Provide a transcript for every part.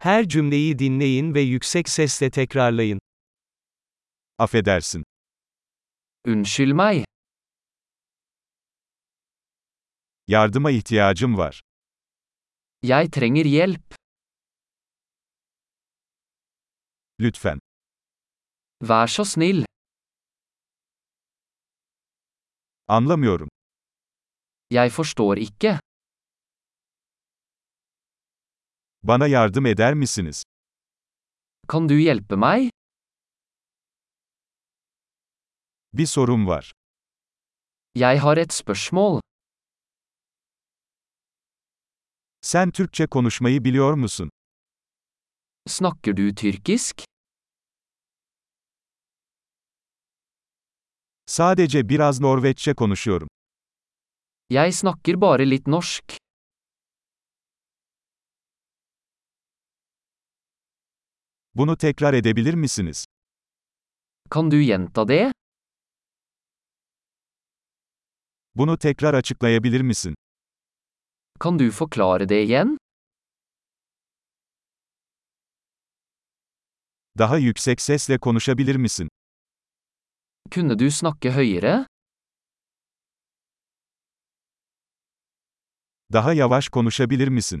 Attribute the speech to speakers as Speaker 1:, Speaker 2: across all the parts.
Speaker 1: Her cümleyi dinleyin ve yüksek sesle tekrarlayın.
Speaker 2: Affedersin.
Speaker 3: Unnskyld meg,
Speaker 2: Yardıma ihtiyacım var.
Speaker 3: jeg trenger hjelp,
Speaker 2: Lütfen.
Speaker 3: vær så snill,
Speaker 2: Anlamıyorum.
Speaker 3: jeg forstår ikke,
Speaker 2: Bana yardım eder misiniz?
Speaker 3: kan du hjelpe meg?
Speaker 2: Bir sorum var.
Speaker 3: Jeg har et spørsmål,
Speaker 2: Sen Türkçe konuşmayı biliyor musun?
Speaker 3: snakker du tyrkisk?
Speaker 2: Sadece biraz Norveççe konuşuyorum.
Speaker 3: Jeg snakker bare litt norsk,
Speaker 2: Bunu tekrar edebilir misiniz?
Speaker 3: kan du gjenta det?
Speaker 2: Bunu tekrar açıklayabilir misin?
Speaker 3: Kan du forklare det igjen?
Speaker 2: Daha yüksek sesle konuşabilir misin?
Speaker 3: Kunne du snakke høyere?
Speaker 2: Daha yavaş konuşabilir misin?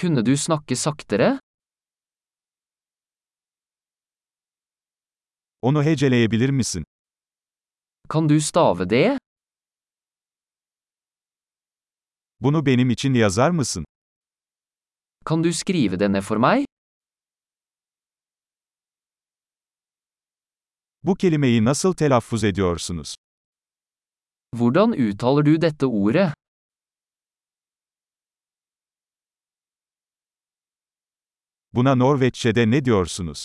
Speaker 3: Kunne du snakke saktere?
Speaker 2: Onu heceleyebilir misin?
Speaker 3: Kan du stave det?
Speaker 2: Bunu benim için yazar mısın?
Speaker 3: Kan du skrive det ned for meg?
Speaker 2: Bu kelimeyi nasıl telaffuz ediyorsunuz?
Speaker 3: Hvordan uttaler du dette ordet?
Speaker 2: Buna Norveççe'de ne diyorsunuz?